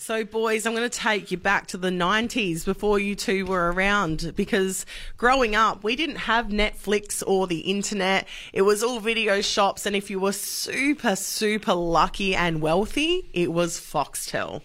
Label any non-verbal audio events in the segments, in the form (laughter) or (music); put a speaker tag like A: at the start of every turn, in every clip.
A: So, boys, I'm going to take you back to the 90s before you two were around because growing up, we didn't have Netflix or the internet. It was all video shops. And if you were super, super lucky and wealthy, it was Foxtel.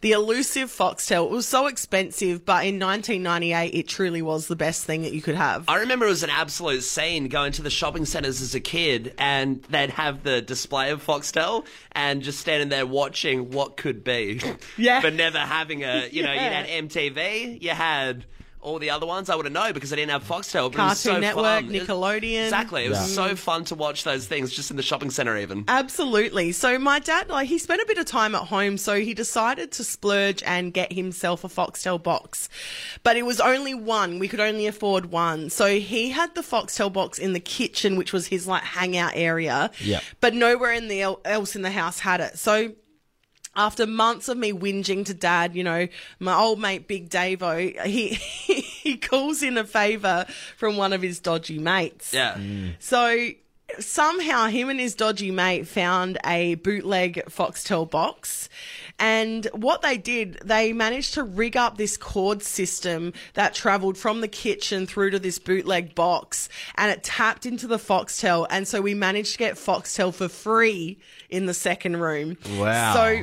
A: The elusive Foxtel. It was so expensive, but in 1998, it truly was the best thing that you could have.
B: I remember it was an absolute scene going to the shopping centres as a kid, and they'd have the display of Foxtel, and just standing there watching what could be, (laughs)
A: Yeah.
B: but never having a. You know,
A: Yeah.
B: you had MTV, you had all the other ones. I would have known because I didn't have Foxtel. But it was
A: Cartoon
B: so
A: Network,
B: fun. It-
A: Nickelodeon.
B: Exactly, it was
C: Yeah.
B: so fun to watch those things just in the shopping centre, even.
A: Absolutely. So my dad, like, he spent a bit of time at home, so he decided to splurge and get himself a Foxtel box. But it was only one. We could only afford one. So he had the Foxtel box in the kitchen, which was his like hangout area.
C: Yeah.
A: But nowhere in the el- else in the house had it. So after months of me whinging to dad, you know, my old mate Big Davo, he (laughs) he calls in a favor from one of his dodgy mates.
B: Yeah.
A: So somehow him and his dodgy mate found a bootleg Foxtel box. And what they did, they managed to rig up this cord system that traveled from the kitchen through to this bootleg box and it tapped into the Foxtel. And so we managed to get Foxtel for free in the second room.
C: Wow.
A: So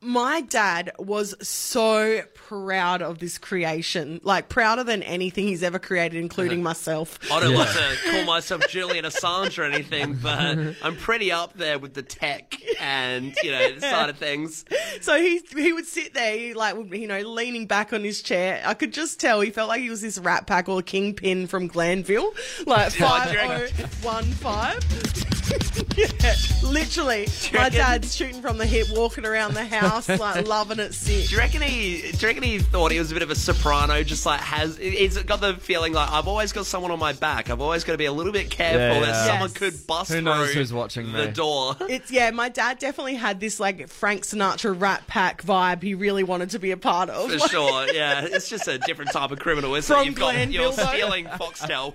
A: my dad was so proud of this creation, like prouder than anything he's ever created, including myself.
B: I don't like to call myself Julian Assange or anything, but I'm pretty up there with the tech and, you know, the side of things.
A: So he he would sit there, he like would, you know, leaning back on his chair. I could just tell he felt like he was this Rat Pack or Kingpin from Glanville, like
B: Oh,
A: five
B: do you reckon-
A: oh one five. (laughs) Yeah, literally,
B: you
A: my
B: reckon-
A: dad's shooting from the hip, walking around the
B: (laughs)
A: house, like loving it sick.
B: Do you reckon he? Do you reckon he thought he was a bit of a soprano? Just like has, he's got the feeling like I've always got someone on my back. I've always got to be a little bit careful
C: Yeah,
B: that
C: yeah.
B: someone
A: Yes.
B: could bust
C: Who knows
B: through
C: who's watching
B: the
C: me?
B: door. (laughs)
A: It's yeah, my dad definitely had this like Frank Sinatra Rat Pack vibe. He really wanted to be a part of.
B: For
A: Like,
B: sure, yeah. It's just a different type of criminal, isn't it?
A: From
B: You've got you're
A: Glenville, though.
B: stealing Foxtel.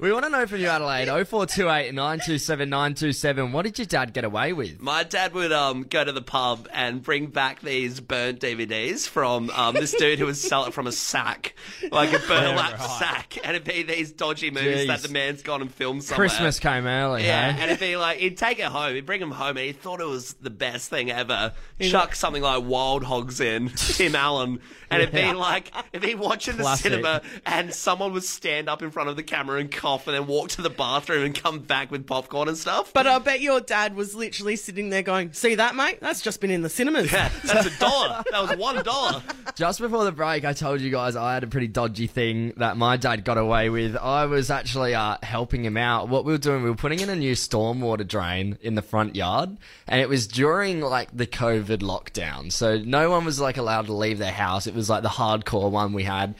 C: We want to know from you, Adelaide. 0428 927 927. What did your dad get away with?
B: My dad would um, go to the pub and bring back these burnt DVDs from um, this dude who would sell it from a sack, like a burlap sack, and it'd be these dodgy movies
C: Jeez.
B: that the man's gone and filmed somewhere.
C: Christmas came early,
B: Yeah,
C: hey?
B: and it'd be like he'd take it home, he'd bring him home, and he thought it was the best thing ever. Chuck something like Wild Hogs in (laughs) Tim Allen, and it'd be like it'd be watching the
C: Classic.
B: cinema, and someone would stand up in front of the camera and cough, and then walk to the bathroom and come back with popcorn and stuff.
A: (laughs) But I bet your dad was literally sitting there going, "See that, mate? That's just been in the cinemas."
B: Yeah, that's a dollar. That was one dollar.
C: Just before the break, I told you guys I had a pretty dodgy thing that my dad got away with. I was actually uh, helping him out. What we were doing, we were putting in a new stormwater drain in the front yard, and it was during like the COVID lockdown, so no one was like allowed to leave their house. It was like the hardcore one we had,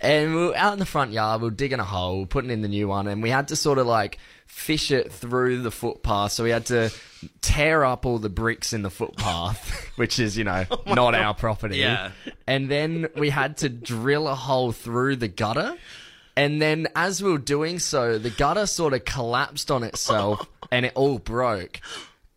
C: and we were out in the front yard. We were digging a hole, putting in the new one, and we had to sort of like fish it through the footpath. So we had to tear up all the bricks in the footpath, (laughs) which is you know not our property.
B: Yeah.
C: And then we had to drill a hole through the gutter. And then as we were doing so, the gutter sort of collapsed on itself and it all broke.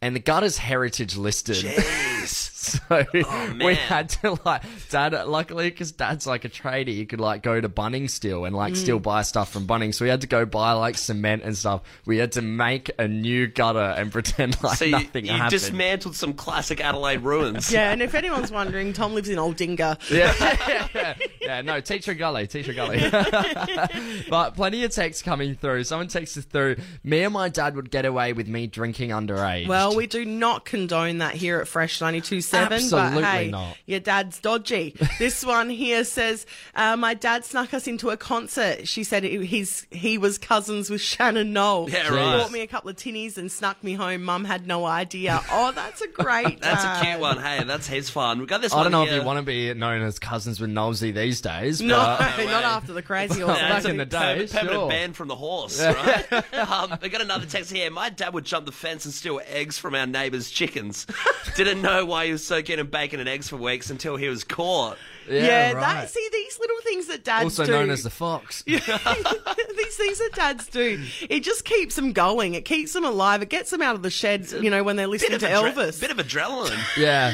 C: And the gutter's heritage listed. (laughs) So we
B: Oh, man.
C: had to like dad. Luckily, because dad's like a trader, you could like go to Bunnings still and like
B: Mm.
C: still buy stuff from Bunnings. So we had to go buy like cement and stuff. We had to make a new gutter and pretend like
B: So you,
C: nothing
B: you
C: happened.
B: dismantled some classic Adelaide ruins.
A: Yeah, and if anyone's wondering, Tom lives in Old Dinga.
C: yeah, yeah, (laughs) yeah. No, teacher gully, teacher gully. (laughs) but plenty of texts coming through. Someone texted through. Me and my dad would get away with me drinking underage.
A: Well, we do not condone that here at Fresh 92.7.
C: Absolutely
A: but hey,
C: not.
A: Your dad's
C: (laughs)
A: dodgy. this one here says, uh, my dad snuck us into a concert. She said he- he's, he was cousins with Shannon Knoll.
B: Yeah,
A: She
B: right.
A: Bought me a couple of tinnies and snuck me home. Mum had no idea. Oh, that's a great
B: (laughs)
A: uh,
B: That's a
A: dad.
B: cute one. Hey, that's his fun. We got this
C: I
B: one.
C: don't know
B: here.
C: if you want to be known as cousins with Knowlesy these days.
A: No, (laughs)
C: but-
B: way.
A: not after the crazy horse.
B: Yeah,
C: back
B: it's a
C: in the day,
B: permanent, permanent
C: sure.
B: ban from the horse,
C: (laughs)
B: right? um, we got another text here. My dad would jump the fence and steal eggs from our neighbour's chickens. Didn't know why he was so keen on bacon and eggs for weeks until he was caught.
A: Yeah,
C: right.
A: that, see, these little things that dads
C: also
A: do.
C: known as the fox.
A: (laughs) These things that dads do, it just keeps them going. It keeps them alive. It gets them out of the sheds, you know, when they're listening
B: Bit
A: to
B: of, adre-
A: Elvis. (laughs)
B: bit of adrenaline.
C: yeah.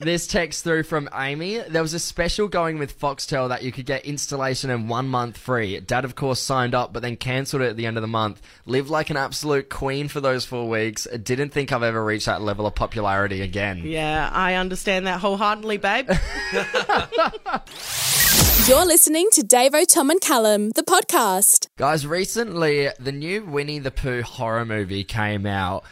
C: this text through from Amy. There was a special going with Foxtel that you could get installation and one month free. Dad, of course, signed up, but then cancelled it at the end of the month. Lived like an absolute queen for those four weeks. Didn't think I've ever reached that level of popularity again.
A: Yeah, I understand that wholeheartedly,
C: (laughs)
A: babe.
D: You're listening to Davo, Tom, and Callum, the podcast.
C: Guys, recently the new Winnie the Pooh horror movie came out,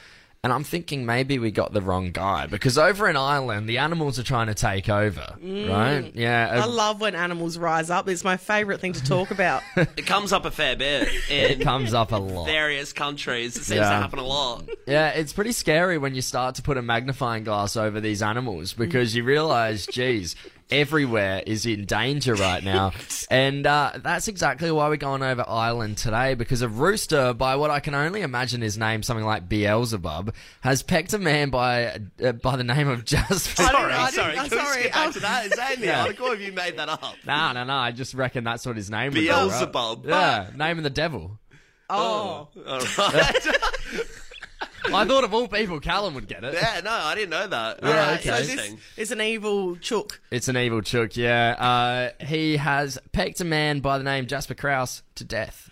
C: and I'm thinking maybe we got the wrong guy because over in Ireland the animals are trying to take over, right? Yeah,
A: Mm. I love when animals rise up. It's my favourite thing to talk
C: (laughs)
A: about.
C: Oh,
B: It comes up a fair bit
C: it
B: in
C: comes up a lot.
B: various countries. It seems to
C: Yeah.
B: happen a lot.
C: Yeah, it's pretty scary when you start to put a magnifying glass over these animals
B: Mm.
C: because you realize, geez, everywhere is in danger
B: (laughs)
C: right now. and uh, that's exactly why we're going over Ireland today because a rooster, by what I can only imagine is named something like Beelzebub, has pecked a man by uh, by the name of (laughs) Jasper.
B: Sorry,
A: I didn't-
B: sorry.
A: I'm
B: Can we
A: sorry.
B: skip back
A: Oh.
B: to that? Is that in the
C: Yeah.
B: article? Have you made that up?
C: No, no, no. I just reckon that's what his name was.
B: Beelzebub.
C: Yeah, name of the devil.
A: Oh,
B: All right. (laughs)
C: I thought of all people, Callum
B: (laughs)
C: would get it.
B: yeah, no, I didn't know that.
C: Yeah,
B: Alright,
C: okay.
B: interesting.
A: it's an evil chook.
C: It's an evil chook, yeah. Uh, he has pecked a man by the name Jasper Kraus to death.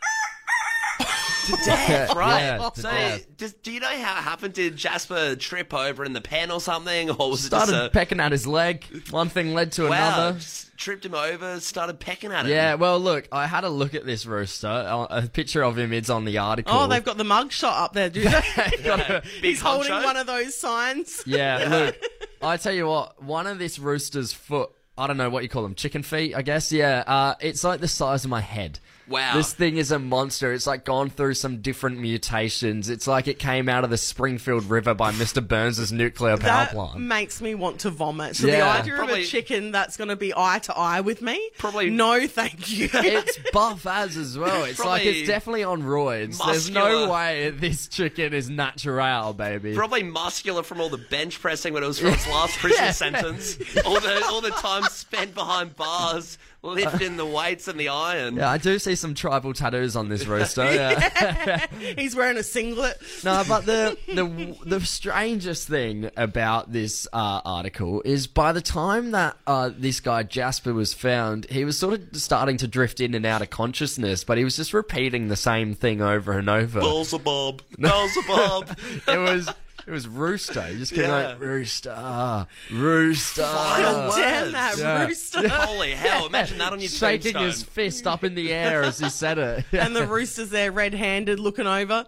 B: Death, right?
C: (laughs) yeah, to
B: so,
C: death.
B: does- do you know how it happened? Did Jasper trip over in the pen or something, or was it
C: Started
B: just a
C: pecking at his leg. One thing led to
B: wow?
C: another.
B: Just tripped him over, started pecking at him.
C: Yeah, well, look, I had a look at this rooster. Uh, A picture of him is on the article.
A: Oh,
C: (laughs)
A: they've got the mug shot up there, do they? (laughs)
B: Yeah. Big
A: He's holding
B: honcho.
A: one of those signs.
C: Yeah,
B: (laughs)
C: look, I tell you what, one of this rooster's foot. I don't know what you call them, chicken feet, I guess. Yeah, uh, it's like the size of my head.
B: Wow.
C: This thing is a monster. It's like gone through some different mutations. It's like it came out of the Springfield
B: (laughs)
C: River by Mr. Burns' nuclear power
A: That
C: plant.
A: makes me want to vomit. So the
C: Yeah.
A: idea of
B: Probably-
A: a chicken that's going to be eye to eye with me?
B: Probably-
A: No, thank you.
C: it's buff as as well. It's like it's
B: Probably
C: definitely on roids. There's no
B: muscular.
C: way this chicken is natural, baby.
B: Probably muscular from all the bench pressing when it was for its last prison
C: Yeah.
B: sentence. All the all the time spent behind bars, lifting the weights and the iron.
C: yeah, I do see some tribal tattoos on this rooster.
B: (laughs)
C: yeah.
A: (laughs) He's wearing a singlet.
C: No, but the the the strangest thing about this uh, article is by the time that uh, this guy Jasper was found, he was sort of starting to drift in and out of consciousness, but he was just repeating the same thing over and over.
B: Beelzebub, Beelzebub.
C: It was it was rooster. He just kept
B: Yeah.
C: like rooster, rooster.
B: Final word.
A: Damn that
C: Yeah.
A: rooster.
B: Holy hell! Imagine that on your
C: shaking
B: tombstone.
C: his fist up in the air as he said it.
A: (laughs) (laughs) and the rooster's there red handed looking over.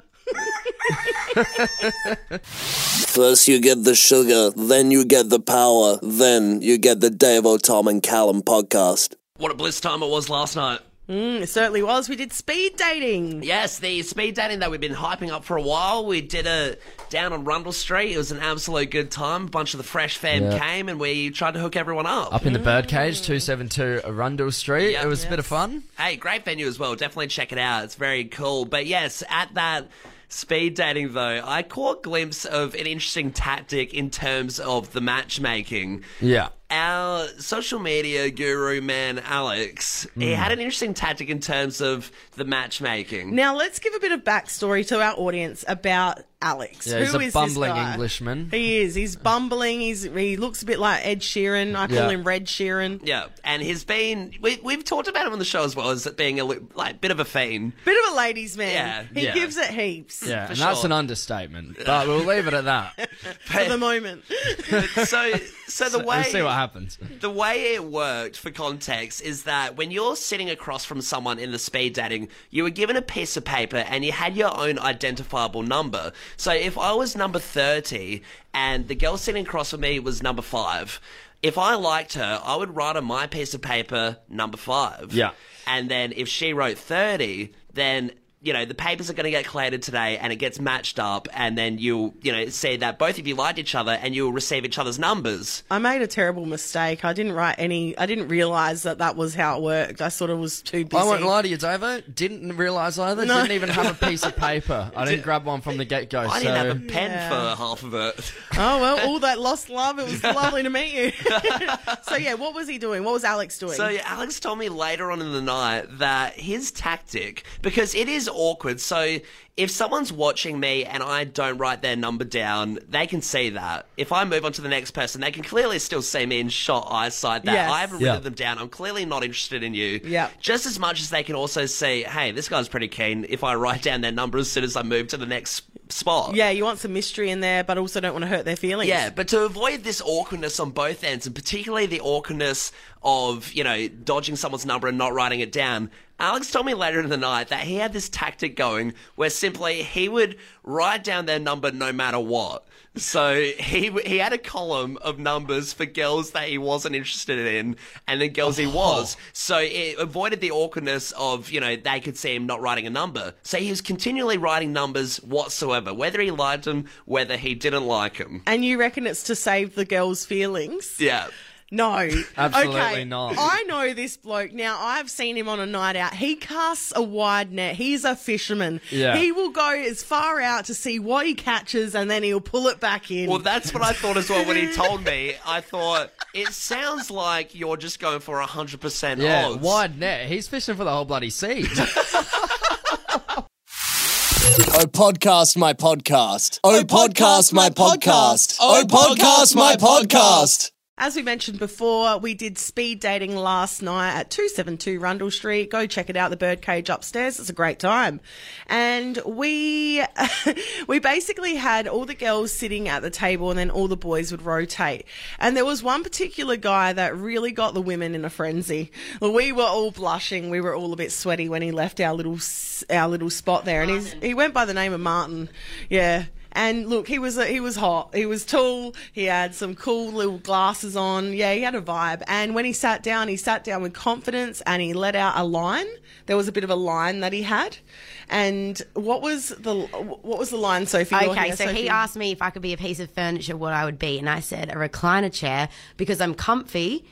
E: First you get the sugar, then you get the power, then you get the Davo, Tom and Callum podcast.
B: What a bliss time it was last night.
A: Mm, It certainly was. We did speed dating.
B: Yes, the speed dating that we've been hyping up for a while. We did it down on Rundle Street. It was an absolute good time. A bunch of the fresh fam
C: Yeah.
B: came and we tried to hook everyone up.
C: Up in the birdcage, 272 Arundel Street.
B: Yeah.
C: It was a bit of fun.
B: Hey, great venue as well. Definitely check it out. It's very cool. But yes, at that speed dating though, I caught a glimpse of an interesting tactic in terms of the matchmaking.
C: Yeah.
B: Our social media guru man Alex, he
C: Hmm.
B: had an interesting tactic in terms of the matchmaking.
A: Now let's give a bit of backstory to our audience about Alex.
C: Yeah, he's
A: Who
C: a
A: is this
C: bumbling
A: guy?
C: Englishman.
A: He is. He's bumbling. He's he looks a bit like Ed Sheeran. I call
C: Yeah.
A: him Red Sheeran.
B: Yeah, and he's been. We, we've talked about him on the show as well as it being a li- like bit of a fiend.
A: Bit of a ladies' man.
B: Yeah,
A: he
C: yeah.
A: gives it heaps
C: Yeah,
B: for
C: and that's
B: sure.
C: an understatement, but we'll leave it
B: (laughs)
C: at that.
A: for the moment.
B: So, so
C: (laughs)
B: the
C: We'll
B: way
C: see what happens.
B: the way it worked for context is that when you're sitting across from someone in the speed dating, you were given a piece of paper and you had your own identifiable number. So if I was number thirty and the girl sitting across from me was number five. If I liked her, I would write on my piece of paper number five.
C: Yeah.
B: And then if she wrote 30, then, you know, the papers are going to get collated today and it gets matched up. And then you'll, you know, see that both of you liked each other and you'll receive each other's numbers.
A: I made a terrible mistake. I didn't write any. I didn't realize that that was how it worked. I sort of was too busy.
C: I won't lie to you, Davo. Didn't realise either.
A: No.
C: Didn't even have a piece of paper.
B: (laughs)
C: I didn't grab one from the get go.
B: I
C: so...
B: didn't have a pen for half of
A: (laughs)
B: it.
A: Oh well, all
C: (laughs)
A: that lost love. It was lovely to meet you. (laughs) so yeah, what was he doing? What was Alex doing?
B: So yeah, Alex told me later on in the night that his tactic, because it is is awkward. So if someone's watching me and I don't write their number down, they can see that. If I move on to the next person, they can clearly still see me in shot eyesight. That
A: Yes.
B: I haven't
C: Yeah.
B: written them down. I'm clearly not interested in you.
A: Yeah.
B: Just as much as they can also see, hey, this guy's pretty keen. If I write down their number as soon as I move to the next spot.
A: Yeah, you want some mystery in there, but also don't want to hurt their feelings.
B: Yeah, but to avoid this awkwardness on both ends, and particularly the awkwardness of, you know, dodging someone's number and not writing it down, Alex told me later in the night that he had this tactic going where simply he would write down their number no matter what. So he w- he had a column of numbers for girls that he wasn't interested in, and then girls he was. So it avoided the awkwardness of you know they could see him not writing a number. So he was continually writing numbers whatsoever, whether he liked them, whether he didn't like them.
A: And you reckon it's to save the girl's feelings?
B: Yeah.
A: No.
C: Absolutely
A: okay.
C: not.
A: I know this bloke. Now, I've seen him on a night out. He casts a wide net. He's a fisherman.
C: Yeah.
A: He will go as far out to see what he catches and then he'll pull it back in.
B: Well, that's what I thought as well when he told me. I thought, it sounds like you're just going for 100%
C: Yeah,
B: odds.
C: wide net. He's fishing for the whole bloody sea.
E: Oh, podcast my podcast. Oh, podcast my podcast. Oh, podcast my podcast.
A: As we mentioned before, we did speed dating last night at 272 Rundle Street. Go check it out, the birdcage upstairs. It's a great time. And we, (laughs) we basically had all the girls sitting at the table and then all the boys would rotate. And there was one particular guy that really got the women in a frenzy. We were all blushing. We were all a bit sweaty when he left our little, s- our little spot there. And he's, he went by the name of Martin. Yeah. And look, he was uh, he was hot. He was tall. He had some cool little glasses on. Yeah, he had a vibe. And when he sat down, he sat down with confidence and he let out a line. There was a bit of a line that he had. And what was the what was the line, Sophie? You're
F: Okay,
A: here,
F: so
A: Sophie.
F: he asked me if I could be a piece of furniture, what I would be, and I said a recliner chair because I'm comfy,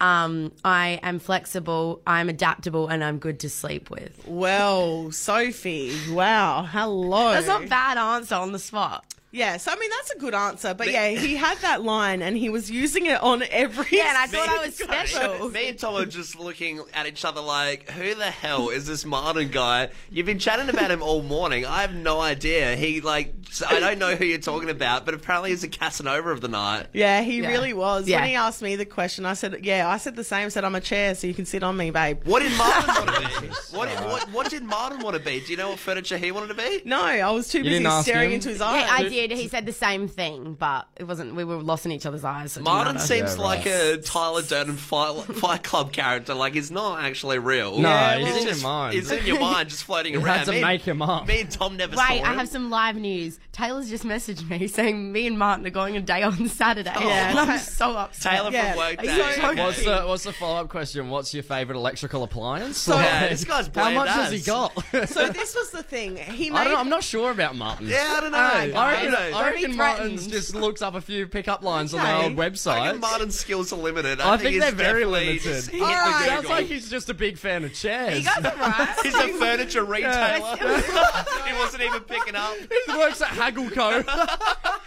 F: um, I am flexible, I'm adaptable, and I'm good to sleep with.
A: "Well, Sophie, wow, hello."
F: That's not bad answer on the spot.
A: Yeah, so I mean that's a good answer. But yeah, he had that line and he was using it on every.
F: Yeah, and I thought
B: (laughs)
F: I was
A: single-
F: special.
B: Me and Tom are just looking at each other like, who the hell is this Martin guy? You've been chatting about him all morning. I have no idea. He, like, I don't know who you're talking about, but apparently he's a Casanova of the night.
A: Yeah, he really was.
F: Yeah.
A: When he asked me the question, I said, "Yeah, I said the same. I said I'm a chair, so you can sit on me, babe."
B: What did Martin want to
C: (laughs)
B: be? (laughs) What, what, what did Martin want to be? Do you know what furniture he wanted to be?
A: No, I was too busy
C: didn't ask
A: staring
C: him?
A: into his
F: Yeah,
A: eyes.
F: I did. He said the same thing, but it wasn't. We were lost in each other's eyes. So it didn't
B: Martin
F: matter.
B: seems
C: Yeah,
B: like a Tyler Durden Fight, Fight Club character. Like he's not actually real.
C: No,
A: Yeah,
C: he's
A: well-
C: in your
B: Just-
C: mind.
B: He's in
F: (laughs)
B: your mind, just floating
C: You
B: around.
C: had to
B: Me and-
C: make him up.
B: Me and Tom never saw
F: Wait, I
B: him.
F: have some live news. Taylor's just messaged me (laughs) saying me and Martin are going a day on Saturday, and
A: Ta-
F: I'm so upset.
B: Taylor
A: Yeah.
B: from work.
F: Are you
B: Day.
F: joking?
C: What's the what's the follow up question? What's your favourite electrical appliance?
B: Yeah, this guy's
C: how much
B: bland
C: has he
B: ass.
C: got? (laughs)
A: So this was the thing. He made.
C: I don't
A: (laughs)
C: know, I'm not sure about Martin's.
B: Yeah, I don't know.
C: I
B: I
C: reckon,
B: don't know.
C: I
F: Don't be
C: reckon
F: threatened.
C: Martin's just looks up a few pickup lines on their
A: Okay.
C: old
B: I
C: website.
B: think Martin's skills are limited. I,
C: I think they're
B: he's
C: very
B: definitely
C: limited.
B: just hit
C: All
B: the
C: right.
B: Google.
C: Sounds like he's just a big fan of chairs.
F: You guys are right.
B: He's a furniture retailer. he wasn't even picking up.
C: (laughs) he works at Haggleco.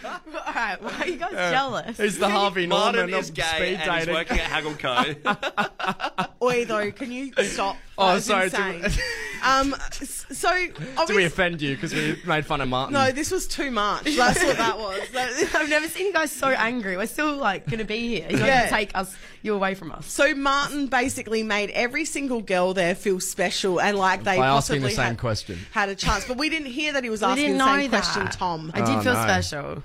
F: (laughs) All right, why are you guys jealous?
C: he's the Harvey Norman
B: Martin is
C: of
B: gay
C: speed
B: and he's
C: dating.
B: working at Haggle Co.
A: Oi, though, can you stop?
C: oh,
A: That's
C: sorry.
A: insane.
C: Do, (laughs)
A: um, s- so
C: do we
A: obviously,
C: offend you because we made fun of Martin?
A: no, this was too much. That's what that was.
F: (laughs)
A: That- (laughs)
F: (laughs) I've never seen you guys so angry. We're still like gonna be here. You're
A: Yeah.
F: gonna take us you away from us.
A: So Martin basically made every single girl there feel special and like they
C: By asking
A: possibly
C: the same
A: had,
C: question.
A: had a chance, but we didn't hear that he was
F: We
A: asking
F: didn't
A: the
F: know
A: same
F: that.
A: question, Tom.
F: I did
C: Oh,
F: feel
C: no.
F: special.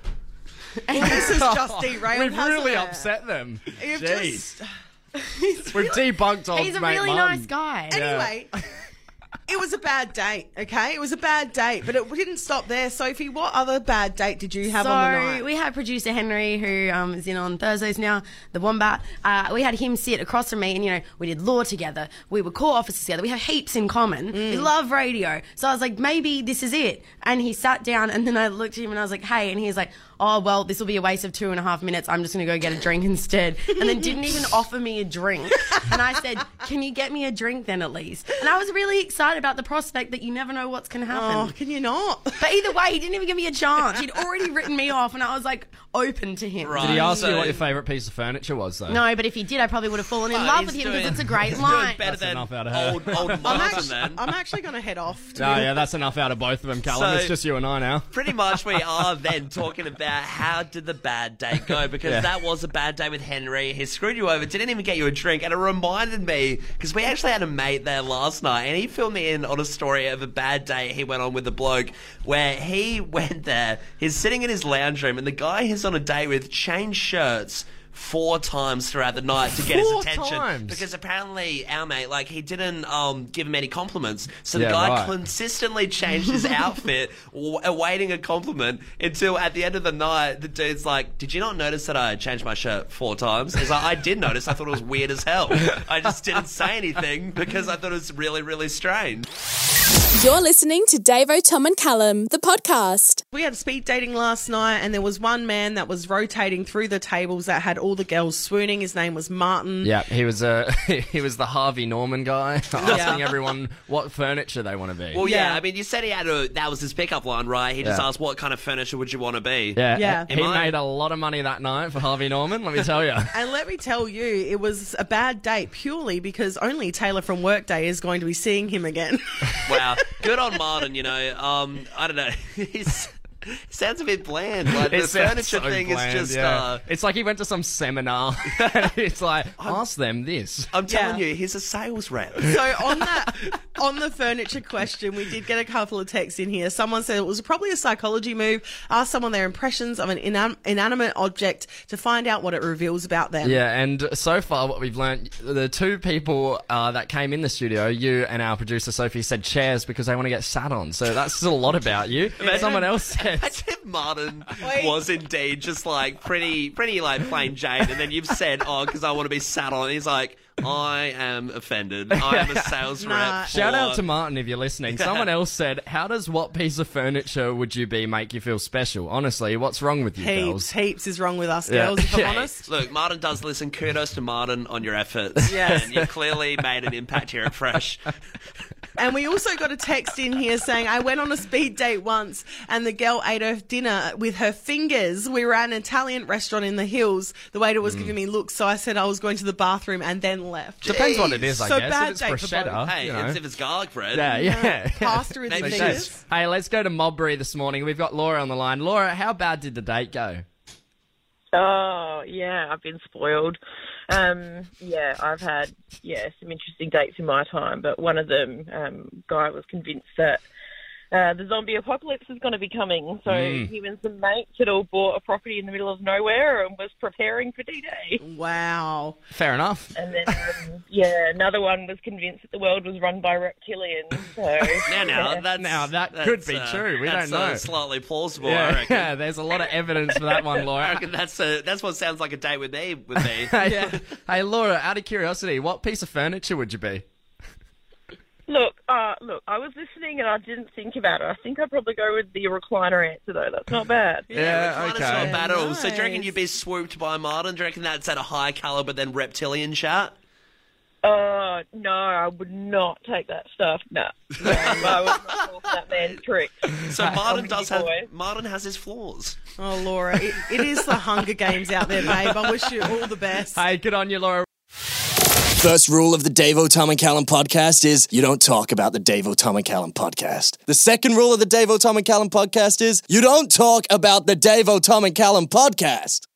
A: this
C: (laughs)
A: is just derailed.
C: We've
A: hasn't
C: really
A: it?
C: upset them.
A: You've
C: Jeez.
A: just-
C: (laughs) We've debunked old
F: He's a
C: mate
F: really
C: Martin.
F: nice guy.
C: Yeah.
A: (laughs) Anyway, it was a bad date, okay? It was a bad date, but it didn't stop there. Sophie, what other bad date did you have on the night?
F: So we had producer Henry, who um, is in on Thursdays now, the Wombat. Uh, we had him sit across from me, and you know, we did law together. We were court officers together. We have heaps in common.
A: Mm.
F: We love radio. So I was like, maybe this is it. And he sat down, and then I looked at him, and I was like, hey. And he's like, oh well, this will be a waste of two and a half minutes. I'm just gonna go get a drink instead. And
A: (laughs)
F: then didn't even offer me a drink. And I said, can you get me a drink then at least? And I was really excited right about the prospect that you never know what's going to happen.
A: Oh, can you not?
F: But either way, he didn't even give me a chance. He'd already written me off, and I was like open to him.
B: Right.
C: Did he ask
B: so-
C: you what your favourite piece of furniture was, though?
F: No, but if he did, I probably would have fallen in
B: Oh, (laughs)
F: love
B: he's
F: with him
B: doing-
F: because it's a great
B: he's
F: line.
B: Doing better than
C: enough out of her.
B: old old
A: I'm
B: Martin
A: actually,
B: then.
A: I'm actually going to head off. To
C: No, Oh, yeah, that's enough out of both of them, Callum.
B: So-
C: it's just you and I now.
B: Pretty much, we are then talking about how did the bad day go because
C: Yeah.
B: that was a bad day with Henry. He screwed you over, didn't even get you a drink, and it reminded me because we actually had a mate there last night, and he filled me in on a story of a bad day he went on with a bloke where he (laughs) went there. He's sitting in his lounge room, and the guy he's on a date with changed shirts. Four times throughout the night to get
C: Four
B: his attention
C: times?
B: because apparently our mate like he didn't um, give him any compliments, so
C: Yeah,
B: the guy
C: right.
B: consistently changed
C: (laughs)
B: his outfit, w- awaiting a compliment until at the end of the night, the dude's like, Did you not notice that I changed my shirt four times? He's like, I did notice. I thought it was weird as hell. I just didn't say anything because I thought it was really, really strange.
D: You're listening to Davo, Tom and Callum, the podcast.
A: We had speed dating last night, and there was one man that was rotating through the tables that had all the girls swooning. His name was Martin.
C: Yeah, he was uh, (laughs) he was the Harvey Norman guy asking everyone what furniture they want to be.
B: Well, yeah,
A: Yeah.
B: I mean, you said he had a, that was his pickup line, right? He just
C: Yeah.
B: asked, What kind of furniture would you want to be?
C: yeah,
A: Yeah.
C: he
B: Am I-
C: made a lot of money that night for Harvey Norman. Let me
B: (laughs)
C: tell you.
A: And let me tell you, it was a bad date purely because only Taylor from Workday is going to be seeing him again. (laughs)
B: Wow. Good on Martin, you know. Um, I don't know. (laughs) He's. Sounds a bit bland. Like the
C: It sounds
B: furniture
C: so
B: thing
C: bland,
B: is just.
C: yeah.
B: Uh,
C: it's like he went to some seminar.
B: (laughs)
C: (laughs) and it's like ask them this.
B: I'm telling
A: Yeah.
B: you, he's a sales rep.
C: (laughs)
A: So on that, on the furniture question, we did get a couple of texts in here. Someone said it was probably a psychology move. Ask someone their impressions of an inan- inanimate object to find out what it reveals about them.
C: Yeah, and so far what we've learned, the two people uh, that came in the studio, you and our producer Sophie, said chairs because they want to get sat on. So that's still a lot about you. (laughs) Someone
B: (laughs)
C: else said.
B: Imagine if Martin was indeed just like pretty, pretty like plain Jane, and then you've said, "Oh, because I want to be sat on." He's like, "I am offended. I am a sales
A: Nah.
B: rep."
C: Shout out
B: for-
C: to Martin if you're listening. Someone else said, "How does what piece of furniture would you be make you feel special?" Honestly, what's wrong with you
A: Heaps,
C: girls?
A: heaps is wrong with us
C: Yeah.
A: girls, if I'm
C: (laughs) Yeah.
A: honest.
B: Look, Martin does listen. Kudos to Martin on your efforts.
A: Yes.
B: and you clearly made an impact here at
C: (laughs)
B: Fresh.
A: And we also got a text in here saying, I went on a speed date once and the girl ate her dinner with her fingers. We were at an Italian restaurant in the hills. The waiter was giving me looks, so I said I was going to the bathroom and then left.
C: Depends what it is, I
A: So
C: guess.
A: bad
C: if it's
A: date for
C: bruschetta,
B: Hey,
C: you know.
B: it's if it's garlic bread.
C: yeah, (laughs) yeah.
A: (laughs) Pasta with
B: Maybe
A: fingers.
B: she's-
C: Hey, let's go to Mobbery this morning. We've got Laura on the line. Laura, how bad did the date go?
G: Oh yeah, I've been spoiled. Um, yeah, I've had yeah some interesting dates in my time, but one of them, um, guy was convinced that uh, the zombie apocalypse is going to be coming, so he and some mates had all bought a property in the middle of nowhere and was preparing for D-Day.
A: Wow.
C: Fair enough.
G: And then um, (laughs) yeah, another one was convinced that the world was run by reptilians. So
B: Now, now, that's,
C: Now, that
B: that's,
C: could be
B: uh,
C: true. We
B: that's,
C: don't
B: uh,
C: know.
B: slightly plausible, I
C: Yeah,
B: reckon.
C: (laughs) yeah, there's a lot of evidence for that one,
B: I (laughs)
C: Laura.
B: reckon that's a, that's what sounds like a date with me. With
C: (laughs)
B: me.
C: hey, hey, Laura, out of curiosity, what piece of furniture would you be?
G: look, uh, look, I was listening and I didn't think about it. I think I'd probably go with the recliner answer though. That's not bad.
B: Yeah, recliner's not bad at all. So do you reckon
A: Nice.
B: you'd be swooped by Martin? Do you reckon that's at a high caliber than reptilian chat?
G: Oh, no, I would not take that stuff. No. no I would not fall for that man's trick.
C: (laughs)
B: So Martin does have
G: boy.
B: Martin has his flaws.
A: Oh, Laura, it, it is the Hunger Games out there, babe. I wish you all the best.
C: Hey, good on you, Laura.
E: First rule of the Dave O'Tom and Callum podcast is you don't talk about the Dave O'Tom and Callum podcast. The second rule of the Dave O'Tom and Callum podcast is you don't talk about the Dave O'Tom and Callum podcast.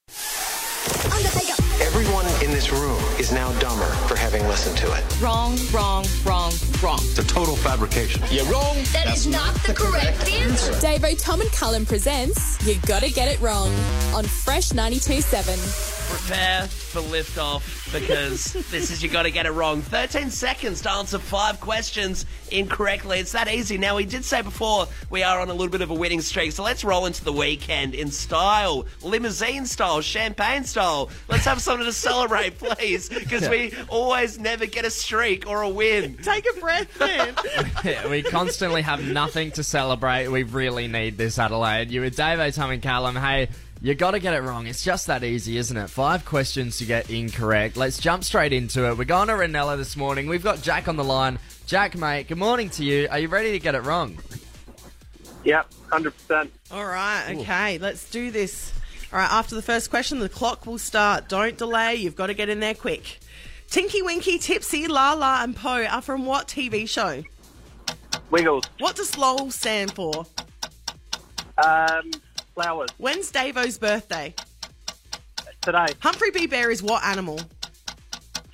H: Everyone in this room is now dumber for having listened to it.
I: Wrong, wrong, wrong, wrong.
H: It's a total fabrication.
J: That is not the correct answer.
D: Davo, Tom and Callum presents You Gotta Get It Wrong on Fresh 92.7.
B: Prepare for liftoff because this is you got to get it wrong. Thirteen seconds to answer five questions incorrectly. It's that easy. Now we did say before we are on a little bit of a winning streak, so let's roll into the weekend in style, limousine style, champagne style. Let's have something to celebrate, please, because we always never get a streak or a win.
A: Take a breath, man.
C: Yeah, we constantly have nothing to celebrate. We really need this, Adelaide. You were Dave, Tom, and Callum. Hey, you got to get it wrong. It's just that easy, isn't it? Five questions to get incorrect. Let's jump straight into it. We're going to Ranella this morning. We've got Jack on the line. Jack, mate, good morning to you. Are you ready to get it wrong?
K: Yep, 100%.
A: All right, okay, let's do this. All right, after the first question, the clock will start. Don't delay, you've got to get in there quick. Tinky Winky, Tipsy, La La, and Po are from what TV show?
K: Wiggles.
A: What does LOL stand for?
K: Um, flowers.
A: When's Davo's birthday?
K: Today.
A: Humphrey B. Bear is what animal?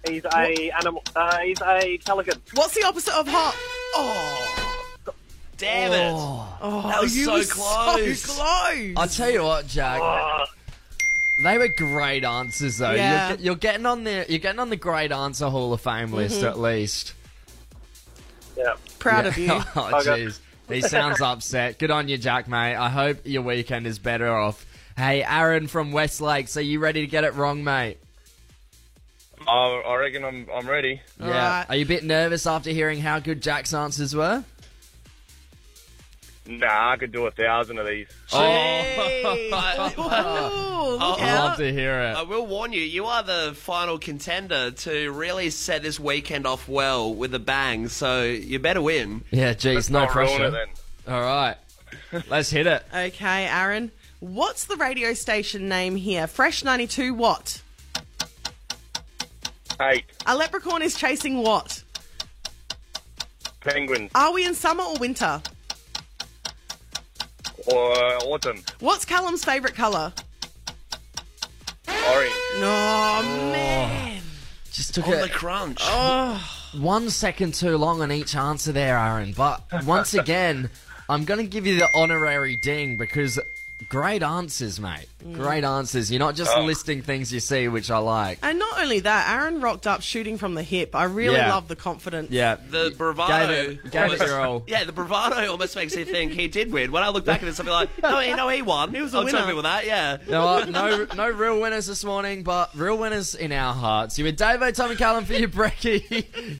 K: He's a animal. Uh, he's a pelican.
A: What's the opposite of hot? Oh,
B: damn it.
A: Oh,
B: That was
A: you
B: so
A: were
B: close.
A: So close.
C: I'll tell you what, Jack. They were great answers, though.
A: Yeah.
C: You're, ge- you're getting on the you're getting on the great answer Hall of Fame list
A: Mhm.
C: at least.
K: Yeah.
A: Proud of you.
C: (laughs) oh, jeez. He sounds upset. Good on you, Jack, mate. I hope your weekend is better off. Hey, Aaron from Westlake, so you ready to get it wrong, mate?
L: I, I reckon I'm, I'm ready.
C: yeah. Are you a bit nervous after hearing how good Jack's answers were?
L: Nah, I could do a thousand of these.
B: I'll-
C: Oh, love to hear it.
B: I will warn you, you are the final contender to really set this weekend off well with a bang, so you better win.
C: Yeah, geez, no pressure. All right. Let's hit it.
A: Okay, Aaron. What's the radio station name here? Fresh 92 what?
L: Eight
A: A leprechaun is chasing what?
L: penguins
A: Are we in summer or winter?
L: or Uh, autumn
A: What's Callum's favourite colour?
L: orange.
A: No, man.
C: Just took
B: On
C: it-
B: the crunch.
C: One second too long on each answer there, Aaron. But once again, I'm going to give you the honorary ding because great answers, mate. Great answers. You're not just
A: Oh.
C: listing things you see, which I like.
A: And not only that, Aaron rocked up shooting from the hip. I really
C: Yeah.
A: love the confidence.
C: Yeah.
B: The bravado.
C: Gave it- gave it
B: almost-
C: your all. (laughs)
B: Yeah, the bravado almost makes you think he did win. When I look back at this, I'll be like, no, he, no, he won. He
C: was a
B: I'll tell
C: winner.
B: people that, yeah.
C: No, uh, (laughs) no, no real winners this morning, but real winners in our hearts. You were Davo, Tom, and Callum for your brekkie. (laughs)